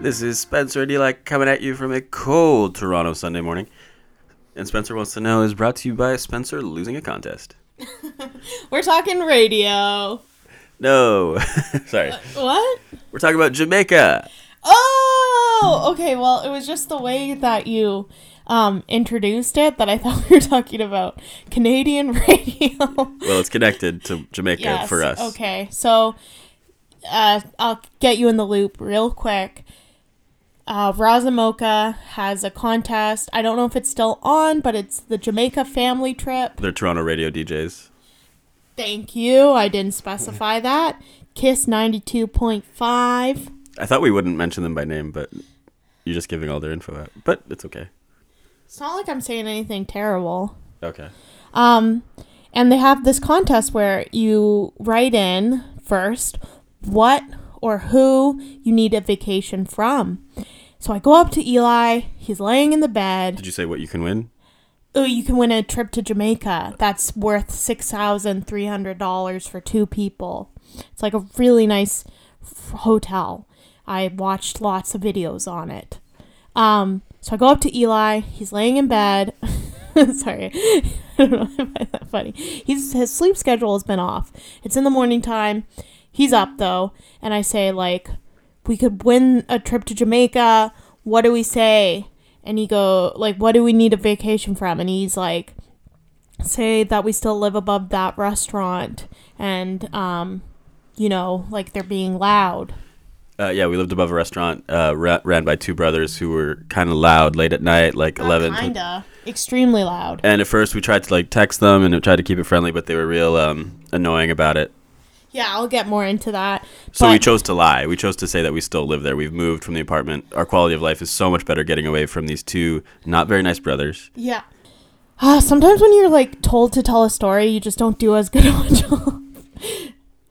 This is Spencer and Eli coming at you from a cold Toronto Sunday morning. And Spencer Wants to Know is brought to you by Spencer losing a contest. We're talking radio. No, sorry. What? We're talking about Jamaica. Oh, okay. Well, it was just the way that you um, introduced it that I thought we were talking about Canadian radio. Well, it's connected to Jamaica yes. for us. Okay. So uh, I'll get you in the loop real quick. Uh, Razamoka has a contest. I don't know if it's still on, but it's the Jamaica family trip. They're Toronto radio DJs. Thank you. I didn't specify that. Kiss 92.5. I thought we wouldn't mention them by name, but you're just giving all their info out. But it's okay. It's not like I'm saying anything terrible. Okay. Um, and they have this contest where you write in first what or who you need a vacation from. So I go up to Eli. He's laying in the bed. Did you say what you can win? Oh, you can win a trip to Jamaica. That's worth six thousand three hundred dollars for two people. It's like a really nice f- hotel. I watched lots of videos on it. Um, so I go up to Eli. He's laying in bed. Sorry, I don't know if I find that funny. He's his sleep schedule has been off. It's in the morning time. He's up though, and I say like, we could win a trip to Jamaica. What do we say? And he go like, what do we need a vacation from? And he's like, say that we still live above that restaurant, and um, you know, like they're being loud. Uh, yeah, we lived above a restaurant uh, ra- ran by two brothers who were kind of loud late at night, like 11. to- Uh, Kinda extremely loud. and at first we tried to like text them and tried to keep it friendly, but they were real um, annoying about it. Yeah, I'll get more into that. So we but- chose to lie. We chose to say that we still live there. We've moved from the apartment. Our quality of life is so much better getting away from these two not very nice brothers. Yeah. Ah, sometimes when you're like told to tell a story, you just don't do as good of a job.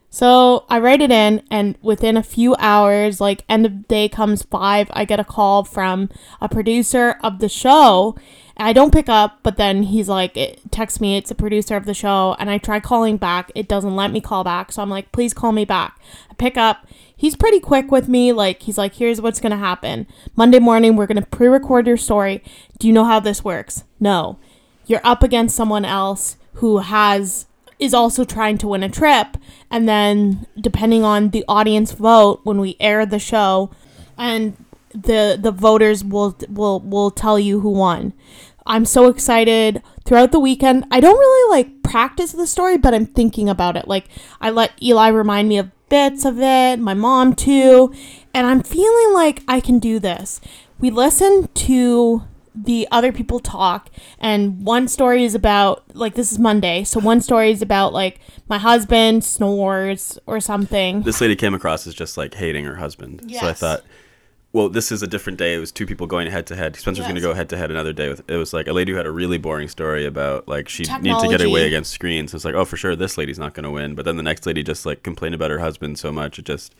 So I write it in, and within a few hours, like end of day comes five, I get a call from a producer of the show. I don't pick up, but then he's like, it texts me, it's a producer of the show, and I try calling back. It doesn't let me call back, so I'm like, please call me back. I pick up. He's pretty quick with me. Like he's like, here's what's gonna happen. Monday morning, we're gonna pre-record your story. Do you know how this works? No you're up against someone else who has is also trying to win a trip and then depending on the audience vote when we air the show and the the voters will will will tell you who won i'm so excited throughout the weekend i don't really like practice the story but i'm thinking about it like i let eli remind me of bits of it my mom too and i'm feeling like i can do this we listen to the other people talk and one story is about like this is monday so one story is about like my husband snores or something This lady came across as just like hating her husband. So I Yes. thought, well, this is a different day. It was two people going head to head. Spencer's going to Yes. go head to head another day with. It was like a lady who had a really boring story about like she needed to get Technology. away against screens. It's like, oh, for sure, this lady's not going to win. But then the next lady just like complained about her husband so much it just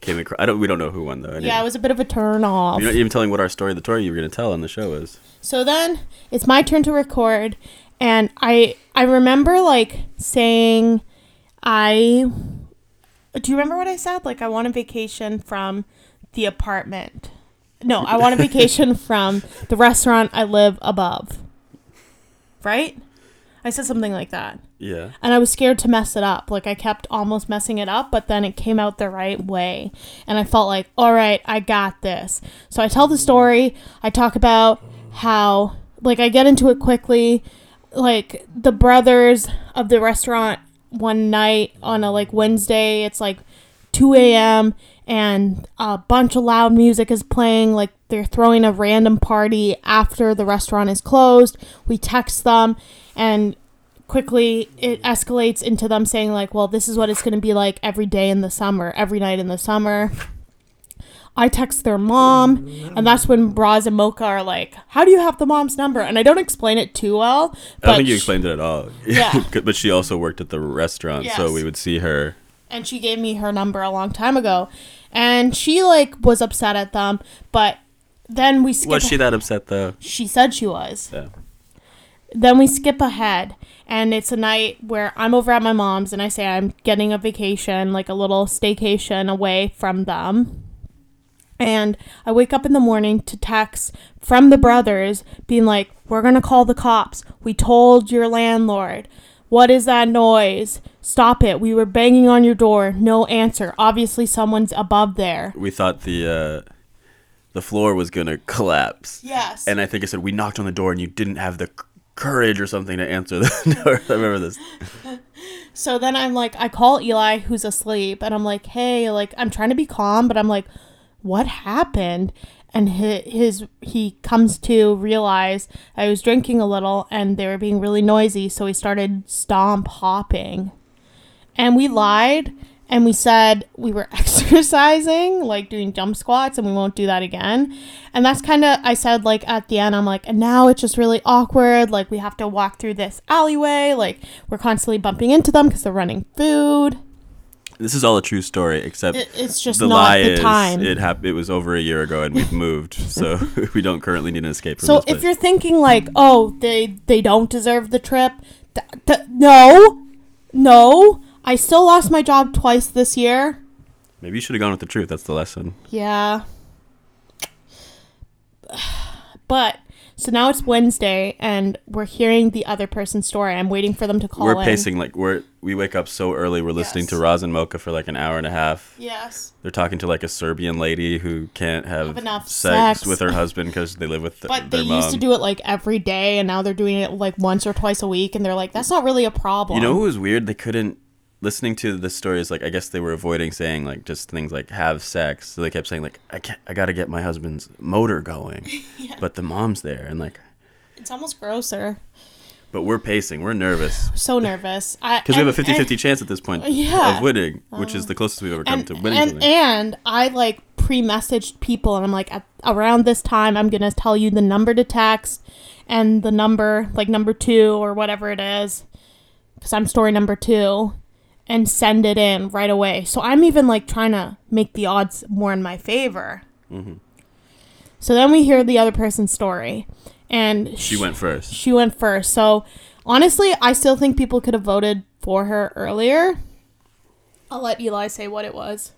came across. I don't. We don't know who won though. I yeah it didn't- was a bit of a turn off You're not even telling what our story, the story you were going to tell on the show is. So then it's my turn to record, and I I remember like saying, I do you remember what I said? Like I want a vacation from the apartment. No, I want a vacation from the restaurant I live above. Right? I said something like that. Yeah. And I was scared to mess it up. Like I kept almost messing it up, but then it came out the right way. And I felt like, all right, I got this. So I tell the story. I talk about how, like, I get into it quickly. Like the brothers of the restaurant one night on a like Wednesday, it's like 2 a.m. and a bunch of loud music is playing. Like they're throwing a random party after the restaurant is closed. We text them and quickly it escalates into them saying like well this is what it's going to be like every day in the summer every night in the summer i text their mom and that's when bras and mocha are like how do you have the mom's number and i don't explain it too well I but don't think you sh- explained it at all. Yeah. but she also worked at the restaurant, so Yes. we would see her. and she gave me her number a long time ago and she like was upset at them but then we skip Was she that upset though? she said she was Yeah. then we skip ahead and it's a night where i'm over at my mom's and i say i'm getting a vacation like a little staycation away from them And I wake up in the morning to texts from the brothers being like, We're going to call the cops. We told your landlord. What is that noise? Stop it. We were banging on your door. No answer. Obviously, someone's above there. We thought the uh, the floor was gonna collapse. Yes. And I think I said we knocked on the door and you didn't have the c- courage or something to answer the door. I remember this. So then I'm like, I call Eli, who's asleep, and I'm like, hey, like, I'm trying to be calm, but I'm like, what happened? And his, his he comes to realize I was drinking a little and they were being really noisy, so he started stomp hopping. And we lied and we said we were exercising, like doing jump squats, and we won't do that again. And that's kind of, I said, like, at the end, I'm like, and now it's just really awkward. Like, we have to walk through this alleyway. Like, we're constantly bumping into them because they're running food. This is all a true story, except It- it's just the not lie the is time. it hap- It was over a year ago and we've moved, so we don't currently need an escape from So this. if place. you're thinking Hmm. like, oh, they they don't deserve the trip, th- th- no, no, I still lost my job twice this year. Maybe you should have gone with the truth. That's the lesson. Yeah. But so now it's Wednesday, and we're hearing the other person's story. I'm waiting for them to call. we're in. pacing like we're we wake up so early. We're listening Yes. to Roz and Mocha for like an hour and a half. Yes. They're talking to like a Serbian lady who can't have, Have enough sex, sex. with her husband because they live with th- But their they mom. used to do it like every day, and now they're doing it like once or twice a week, and they're like, that's not really a problem. You know what was weird? They couldn't listening to the stories. Like I guess they were avoiding saying like just things like have sex. So they kept saying like I can't. I gotta get my husband's motor going. But the mom's there and like. It's almost grosser. But we're pacing. We're nervous So nervous. Because because we have a 50-50 chance at this point Yeah. Uh, of winning, which is the closest we've ever come and, to winning and, something. and I like pre-messaged people, and I'm like, at, around this time, I'm gonna tell you the number to text, and the number, like number two or whatever it is, because I'm story number two, and send it in right away. So I'm even like trying to make the odds more in my favor. Mm-hmm. So then we hear the other person's story, and She went first. She went first. So honestly, I still think people could have voted for her earlier. I'll let Eli say what it was.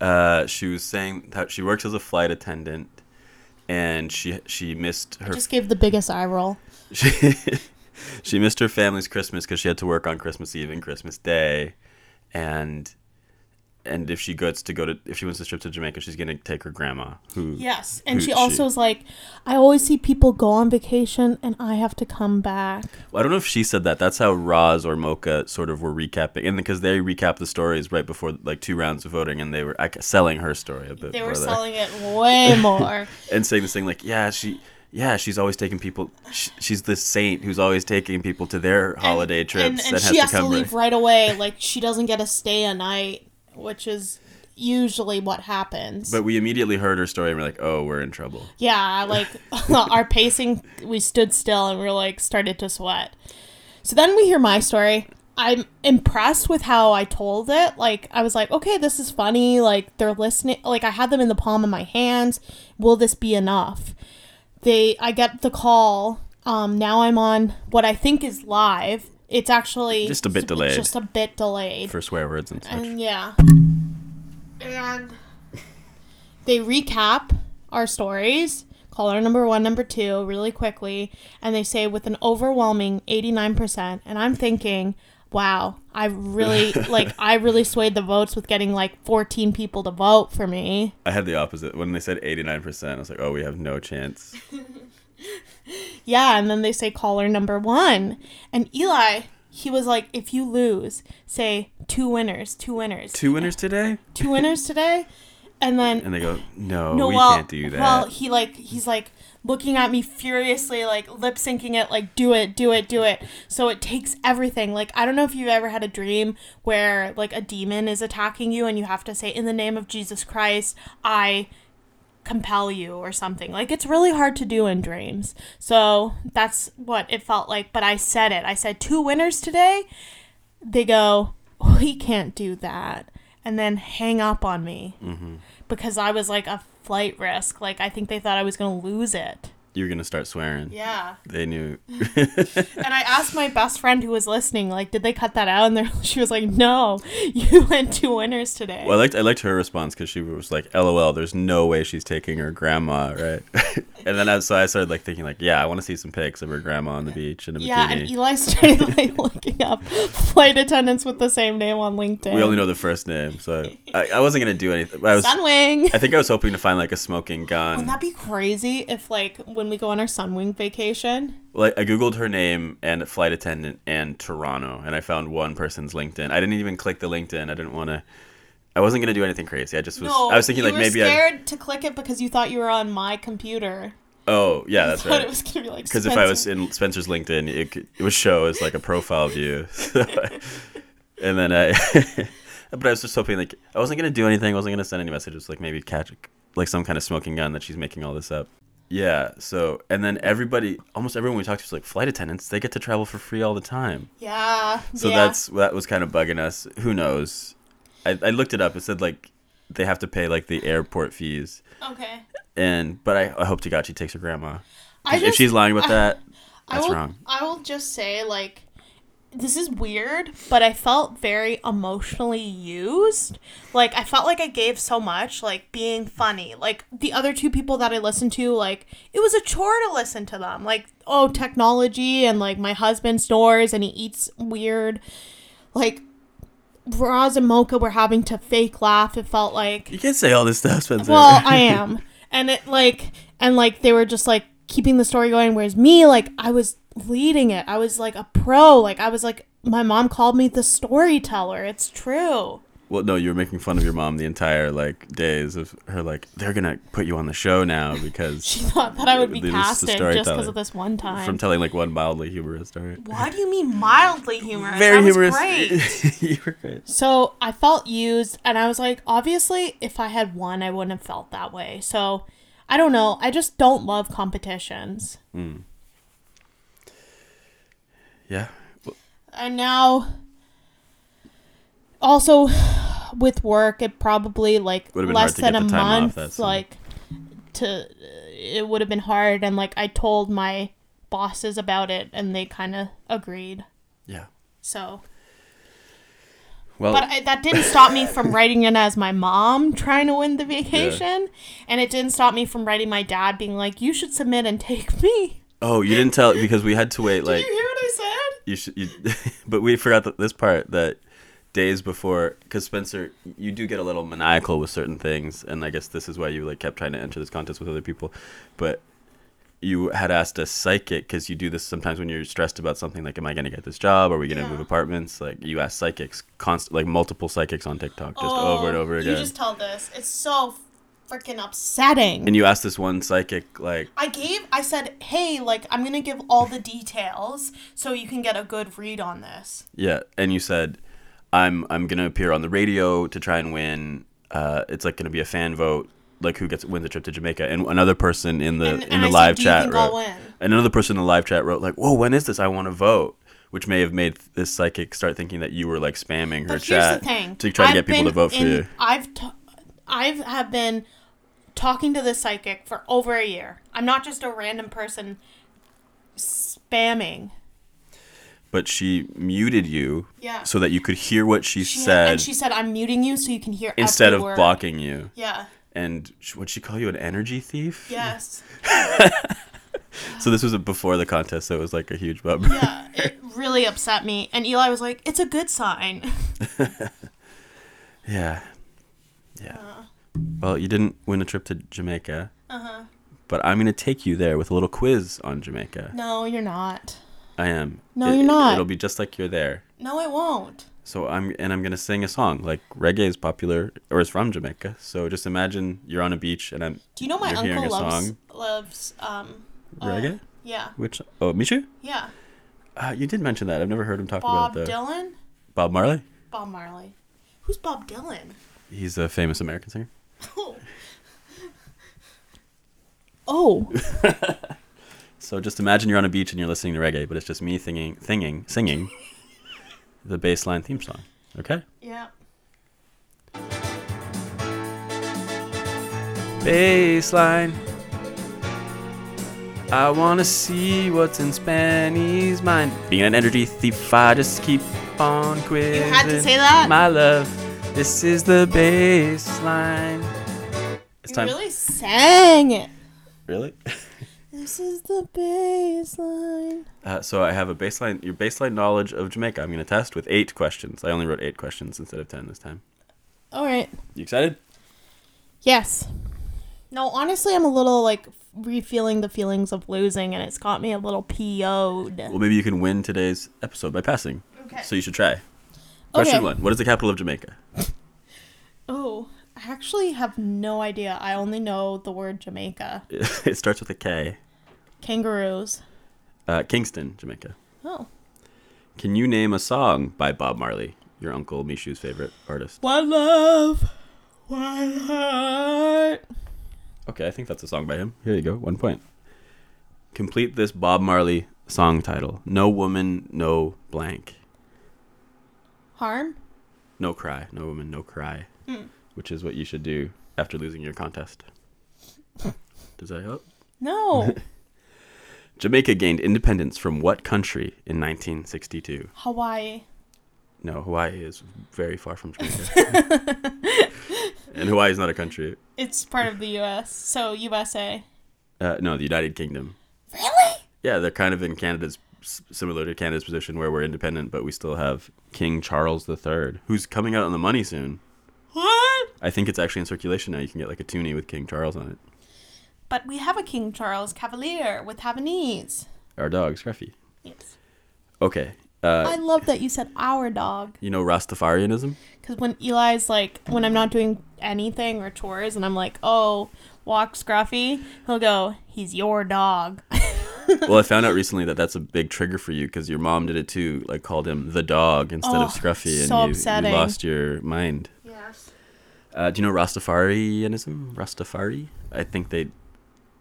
Uh, she was saying that she works as a flight attendant, and she she missed her Just gave the biggest eye roll. she, she missed her family's Christmas because she had to work on Christmas Eve and Christmas Day, and and if she goes to go to if she wants to trip to Jamaica, she's gonna take her grandma. Who? Yes, and Who- she also she- was like, "I always see people go on vacation, and I have to come back." Well, I don't know if she said that. That's how Roz or Mocha sort of were recapping, and because they recapped the stories right before like two rounds of voting, and they were like, selling her story a bit. They more were there. selling it way more. and saying this thing like, yeah, she. Yeah, she's always taking people. Sh she's the saint who's always taking people to their holiday and, trips and that she has to come leave right away. Like she doesn't get to stay a night, which is usually what happens. But we immediately heard her story and we're like, oh, we're in trouble. Yeah, like our pacing, we stood still and we are like started to sweat. So then we hear my story. I'm impressed with how I told it. Like I was like, okay, this is funny. Like they're listening. Like I had them in the palm of my hands. Will this be enough? They, I get the call. Um, now I'm on what I think is live. It's actually Just a bit it's delayed. Just a bit delayed. for swear words and such. And yeah. And they recap our stories, caller number one, number two, really quickly, and they say with an overwhelming 89%. And I'm thinking, wow, I really, like, I really swayed the votes with getting like 14 people to vote for me. I had the opposite. When they said 89%, I was like, oh, we have no chance. Yeah. And then they say caller number one. And Eli, he was like, if you lose, say two winners, two winners, two, Two winners today? winners today. And then And they go, no, No, Oh, we well, can't do that. well, he like he's like looking at me furiously, like lip syncing it, like do it, do it, do it. So it takes everything. Like I don't know if you've ever had a dream where like a demon is attacking you and you have to say, "In the name of Jesus Christ, I." compel you or something like it's really hard to do in dreams so that's what it felt like but i said it i said two winners today they go we can't do that and then hang up on me because I was like a flight risk. Like I think they thought I was gonna lose it. you were gonna start swearing. Yeah. They knew. And I asked my best friend who was listening, like, did they cut that out? And they're, she was like, no, you went two winners today. Well, I liked I liked her response because she was like, "LOL, there's no way she's taking her grandma, right?" and then I, so I started like thinking like, "Yeah, I want to see some pics of her grandma on the beach in a yeah, bikini." and Eli started like looking up flight attendants with the same name on LinkedIn. we only know the first name, so I, I wasn't gonna do anything. I was. Sunwing. I think I was hoping to find like a smoking gun. Wouldn't that be crazy if, like, when we go on our Sunwing vacation? like I googled her name and flight attendant and Toronto, and I found one person's LinkedIn. I didn't even click the LinkedIn. I didn't want to. I wasn't gonna do anything crazy. I just was. I was thinking you like were maybe I. scared to click it because you thought you were on my computer. Oh yeah, that's thought right. it was gonna be like Because if I was Spencer. in Spencer's LinkedIn, it, could- it would show as like a profile view. So I- and then I, but I was just hoping like I wasn't gonna do anything. I wasn't gonna send any messages. Like maybe catch like some kind of smoking gun that she's making all this up. Yeah. So and then everybody, almost everyone we talked to was like flight attendants. They get to travel for free all the time. yeah, So yeah. that's that was kind of bugging us. Who knows? I, I looked it up. It said like they have to pay like the airport fees. okay. And but I, I hope to God she takes her grandma. I if just- she's lying about I- that, that's I will, wrong. I will just say, like, this is weird, but I felt very emotionally used. Like, I felt like I gave so much, like, being funny. Like, the other two people that I listened to, like, it was a chore to listen to them. Like, oh, technology, and, like, my husband snores and he eats weird. Like, Roz and Mocha were having to fake laugh. It felt like. You can't say all this stuff, Spencer. Well, I am. And it like and like they were just like keeping the story going whereas me like I was leading it. I was like a pro. Like I was like my mom called me the storyteller. It's true. Well, no, you were making fun of your mom the entire like days of her like they're gonna put you on the show now because She thought that I would be This is the casted just because storyteller. of this one time. from telling like one mildly humorous story. Why do you mean mildly humorous? Very That was humorous. great. you were great. So I felt used, and I was like, obviously, if I had won, I wouldn't have felt that way. So I don't know. I just don't love competitions. Yeah. Well, and now also with work it probably like Would've been less than hard to get a the time off, month that's- like to it would have been hard and like i told my bosses about it and they kind of agreed Yeah. so Well, but I, that didn't stop me from writing in as my mom trying to win the vacation and it didn't stop me from writing my dad being like you should submit and take me oh, you didn't tell because we had to wait like you hear what i said you should. You, but we forgot th this part that days before because Spencer, you do get a little maniacal with certain things, and I guess this is why you like kept trying to enter this contest with other people, but. You had asked a psychic because you do this sometimes when you're stressed about something like, "Am I going to get this job? Are we going to Yeah. move apartments?" Like you ask psychics, const- like multiple psychics on TikTok, just over and Oh, over again. You just tell this. It's so freaking upsetting. and you asked this one psychic, like, I gave, I said, hey, like, I'm going to give all the details so you can get a good read on this. Yeah, and you said, "I'm I'm gonna appear on the radio to try and win. Uh, it's like gonna be a fan vote, like who gets wins the trip to Jamaica." And another person in the And- in and the I said, live "Do you chat think I'll wrote, win?" and another person in the live chat wrote, like, "Whoa, when is this? I want to vote." Which may have made this psychic start thinking that you were like spamming her But here's chat the thing. to try to I've get people to been vote for in- you. I've, t- I've have been talking to this psychic for over a year. I'm not just a random person spamming. But she muted you Yeah. so that you could hear what she, She- said and she said, I'm muting you so you can hear instead every of word." blocking you. Yeah. And sh- what'd she call you? An energy thief? Yes. So this was before the contest, so it was like a huge bummer. yeah, it really upset me. And Eli was like, "It's a good sign." Yeah. Yeah. Uh. Well, you didn't win a trip to Jamaica. Uh-huh. But I'm going to take you there with a little quiz on Jamaica. No, you're not. I am. No, you're not. It'll be just like you're there. No, it won't. So I'm and I'm going to sing a song. Like reggae is popular or is from Jamaica. So just imagine you're on a beach and I'm Do you know my You're hearing uncle a loves song? loves um uh, reggae? Yeah, Which Oh, Michu? yeah. Uh, you did mention that. I've never heard him talk Bob about it though. Dylan, Bob Marley? Bob Marley. Who's Bob Dylan? He's a famous American singer. Oh. oh. So just imagine you're on a beach and you're listening to reggae, but it's just me singing singing singing the baseline theme song. Okay? yeah. Baseline. I wanna see what's in Spanny's mind. Being an energy thief, I just keep on quizzing. You had to say that? My love, this is the baseline. It's You time. really sang it. Really? This is the baseline. Uh, so I have a baseline, your baseline knowledge of Jamaica. I'm gonna test with eight questions. I only wrote eight questions instead of ten this time. All right. You excited? Yes. No, honestly, I'm a little like refeeling the feelings of losing, and it's got me a little PO'd. Well, maybe you can win today's episode by passing. Okay. So you should try. Question Okay. one: What is the capital of Jamaica? Oh, I actually have no idea. I only know the word Jamaica. It starts with a K. Kangaroos. Uh, Kingston, Jamaica. Oh. Can you name a song by Bob Marley, your uncle Mishu's favorite artist? One love, one heart. Okay, I think that's a song by him. Here you go, one point. Complete this Bob Marley song title: No woman, no blank, Harm? no cry, no woman, no cry, which is what you should do after losing your contest. Does that help? No. Jamaica gained independence from what country in 1962? Hawaii. No, Hawaii is very far from Jamaica. and Hawaii is not a country. It's part of the U.S. So USA. Uh, no, the United Kingdom. Really? Yeah, they're kind of in Canada's s- similar to Canada's position where we're independent, but we still have King Charles III, who's coming out on the money soon. What? I think it's actually in circulation now. You can get like a toonie with King Charles on it. But we have a King Charles Cavalier with Havanese. Our dog, Scruffy. Yes. Okay. Uh, I love that you said our dog. you know Rastafarianism? Because when Eli's like, when I'm not doing anything or chores and I'm like, oh, walk Scruffy, he'll go, he's your dog. well, I found out recently that that's a big trigger for you because your mom did it too. Like called him the dog instead Oh, of Scruffy, and so you, upsetting. you lost your mind. Yes. Uh, do you know Rastafarianism? Rastafari? I think they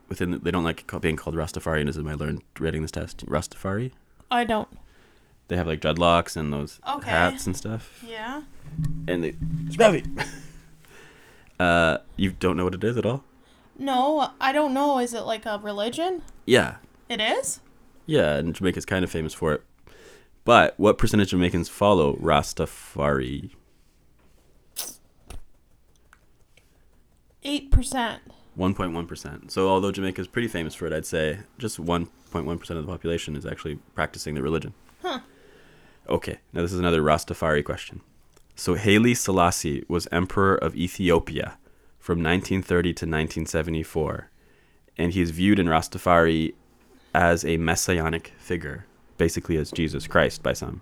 within the, they don't like it called, being called Rastafarianism. I learned reading this test. Rastafari. I don't. They have like dreadlocks and those Okay. hats and stuff. Yeah? And they Scruffy. uh, you don't know what it is at all? No, I don't know. Is it like a religion? Yeah. It is? Yeah, and Jamaica's kind of famous for it. But what percentage of Jamaicans follow Rastafari? 8%. 1.1%. So although Jamaica's pretty famous for it, I'd say just 1.1% of the population is actually practicing the religion. Huh. Okay, now this is another Rastafari question. So Haile Selassie was emperor of Ethiopia from 1930 to 1974, and he is viewed in Rastafari as a messianic figure, basically as Jesus Christ by some.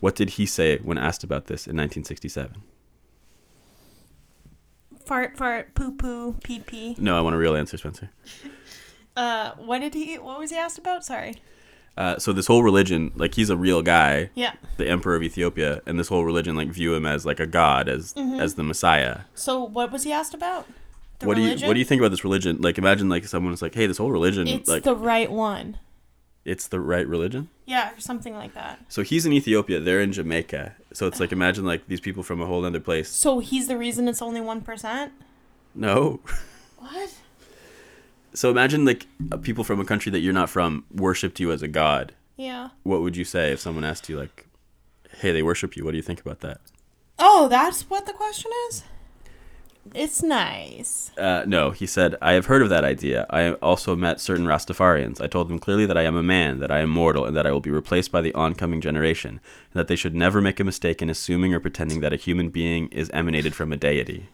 What did he say when asked about this in 1967? Fart, fart, poo poo, pee pee. No, I want a real answer, Spencer. Uh, what did he, what was he asked about? Sorry. Uh, so this whole religion, like he's a real guy, Yeah. the emperor of Ethiopia, and this whole religion like view him as like a god, as as the Messiah. So what was he asked about? Mm-hmm. The what do you what do you think about this religion? Like imagine like someone's like, hey, this whole religion, It's like the right one. it's the right religion. Yeah, or something like that. So he's in Ethiopia, they're in Jamaica. So it's like imagine like these people from a whole other place. So he's the reason it's only 1%? No, What? so imagine like uh, people from a country that you're not from worshipped you as a god. Yeah. What would you say if someone asked you like, hey, they worship you? What do you think about that? Oh, that's what the question is? It's nice. Uh, no, he said, I have heard of that idea. I also met certain Rastafarians. I told them clearly that I am a man, that I am mortal, and that I will be replaced by the oncoming generation, and that they should never make a mistake in assuming or pretending that a human being is emanated from a deity.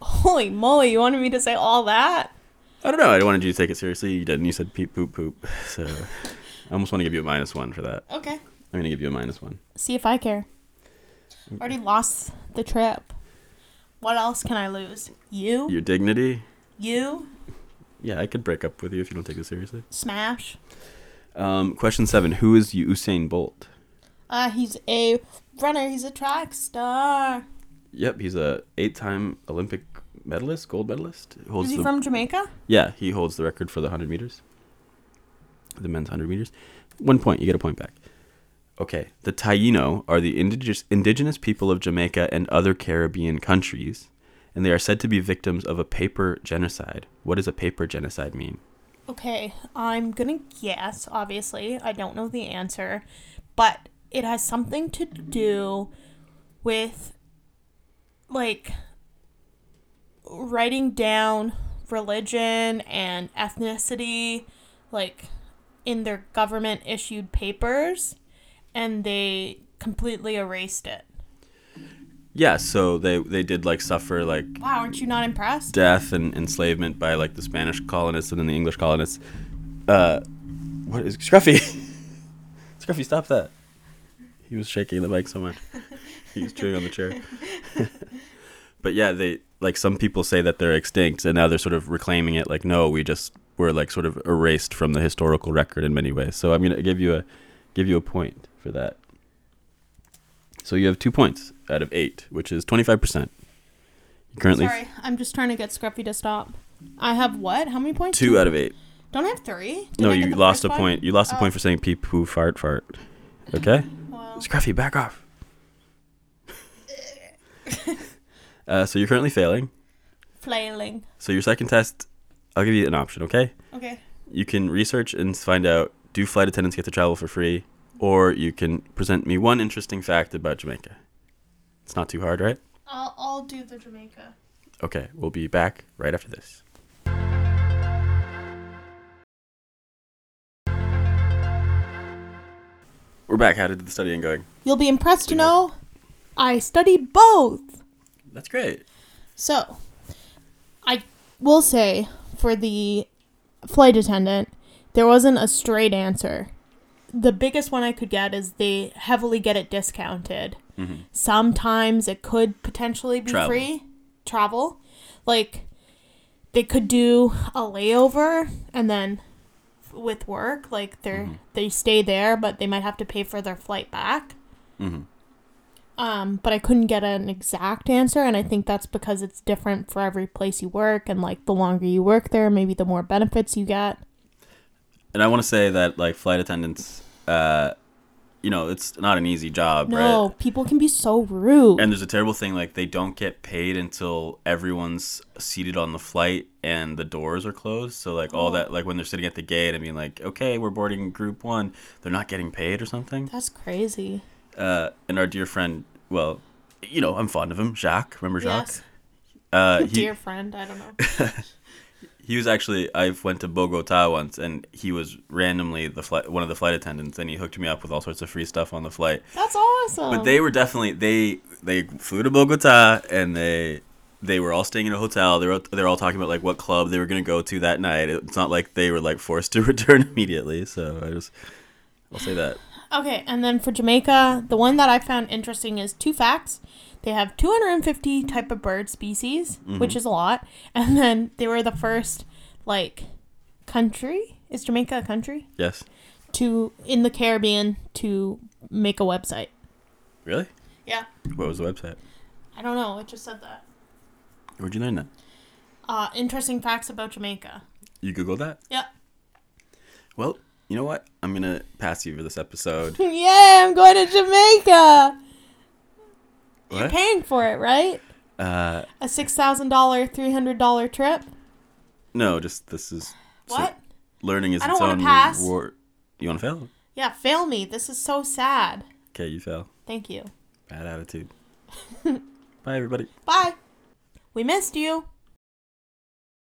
Holy moly, you wanted me to say all that? I don't know. I wanted you to take it seriously. You didn't. You said peep, poop, poop. So I almost want to give you a minus one for that. Okay. I'm going to give you a minus one. See if I care. Already lost the trip. What else can I lose? You? Your dignity? You? Yeah, I could break up with you if you don't take it seriously. Smash. Um, question seven Who is Usain Bolt? Uh, he's a runner. He's a track star. Yep, he's a eight-time Olympic medalist, gold medalist. Holds Is he the- from Jamaica? Yeah, he holds the record for the 100 meters. The men's 100 meters. One point, you get a point back. Okay, the Taino are the indigenous, indigenous people of Jamaica and other Caribbean countries, and they are said to be victims of a paper genocide. What does a paper genocide mean? Okay, I'm gonna guess, obviously. I don't know the answer, but it has something to do with like writing down religion and ethnicity, like in their government issued papers, and they completely erased it. Yeah, so they they did like suffer like Wow, aren't you not impressed? death and enslavement by like the Spanish colonists and then the English colonists. Uh, what is Scruffy? Scruffy, stop that! He was shaking the mic so much. he was chewing on the chair. but yeah, they like some people say that they're extinct, and now they're sort of reclaiming it. Like, no, we just were like sort of erased from the historical record in many ways. So I'm gonna give you a give you a point for that. So you have two points out of eight, which is twenty five percent. You currently Sorry, I'm just trying to get Scruffy to stop. I have what? How many points? two out of eight. Don't I have three? Did No, I get you the lost a first one? point. You lost a Oh. point for saying pee poo fart fart. Okay? Wow. Scruffy, back off. uh, so you're currently failing. Flailing. So your second test, I'll give you an option, okay? Okay. You can research and find out do flight attendants get to travel for free? Or you can present me one interesting fact about Jamaica. It's not too hard, right? I'll, I'll do the Jamaica. Okay, we'll be back right after this. We're back. How did the studying going? You'll be impressed to We know. know I studied both. That's great. So, I will say for the flight attendant, there wasn't a straight answer. The biggest one I could get is they heavily get it discounted. Sometimes it could potentially be Travel. free travel. Like, they could do a layover and then with work, like they're they stay there, but they might have to pay for their flight back. Mhm. Um, but I couldn't get an exact answer, and I think that's because it's different for every place you work, and like the longer you work there, maybe the more benefits you get. And I want to say that like flight attendants, uh, you know, it's not an easy job, No, right? people can be so rude. And there's a terrible thing like they don't get paid until everyone's seated on the flight and the doors are closed. So like all that like when they're sitting at the gate, I mean like okay, we're boarding group one, they're not getting paid or something. that's crazy. uh, and our dear friend, well, you know, I'm fond of him, Jacques. Remember Jacques? Yes, Uh, he, dear friend. I don't know. he was actually I've went to Bogota once, and he was randomly the flight one of the flight attendants, and he hooked me up with all sorts of free stuff on the flight. That's awesome. But they were definitely they they flew to Bogota, and they they were all staying in a hotel. They were they're all talking about like what club they were gonna go to that night. It's not like they were like forced to return immediately. So I just I'll say that. Okay, and then for Jamaica, the one that I found interesting is two facts. They have 250 type of bird species, Mm-hmm. which is a lot. And then they were the first like country, is Jamaica a country? Yes. To in the Caribbean to make a website. Really? Yeah. What was the website? I don't know, it just said that. Where'd you learn that? Uh interesting facts about Jamaica. You Googled that? Yep. Well, you know what? I'm gonna pass you for this episode. Yay, I'm going to Jamaica. You're What? paying for it, right? Uh, A $6,000, $300 trip? no, just this is so What? learning is I its don't wanna own pass. reward. You want to fail? Yeah, fail me. This is so sad. Okay, you fail. Thank you. Bad attitude. Bye, everybody. Bye. We missed you.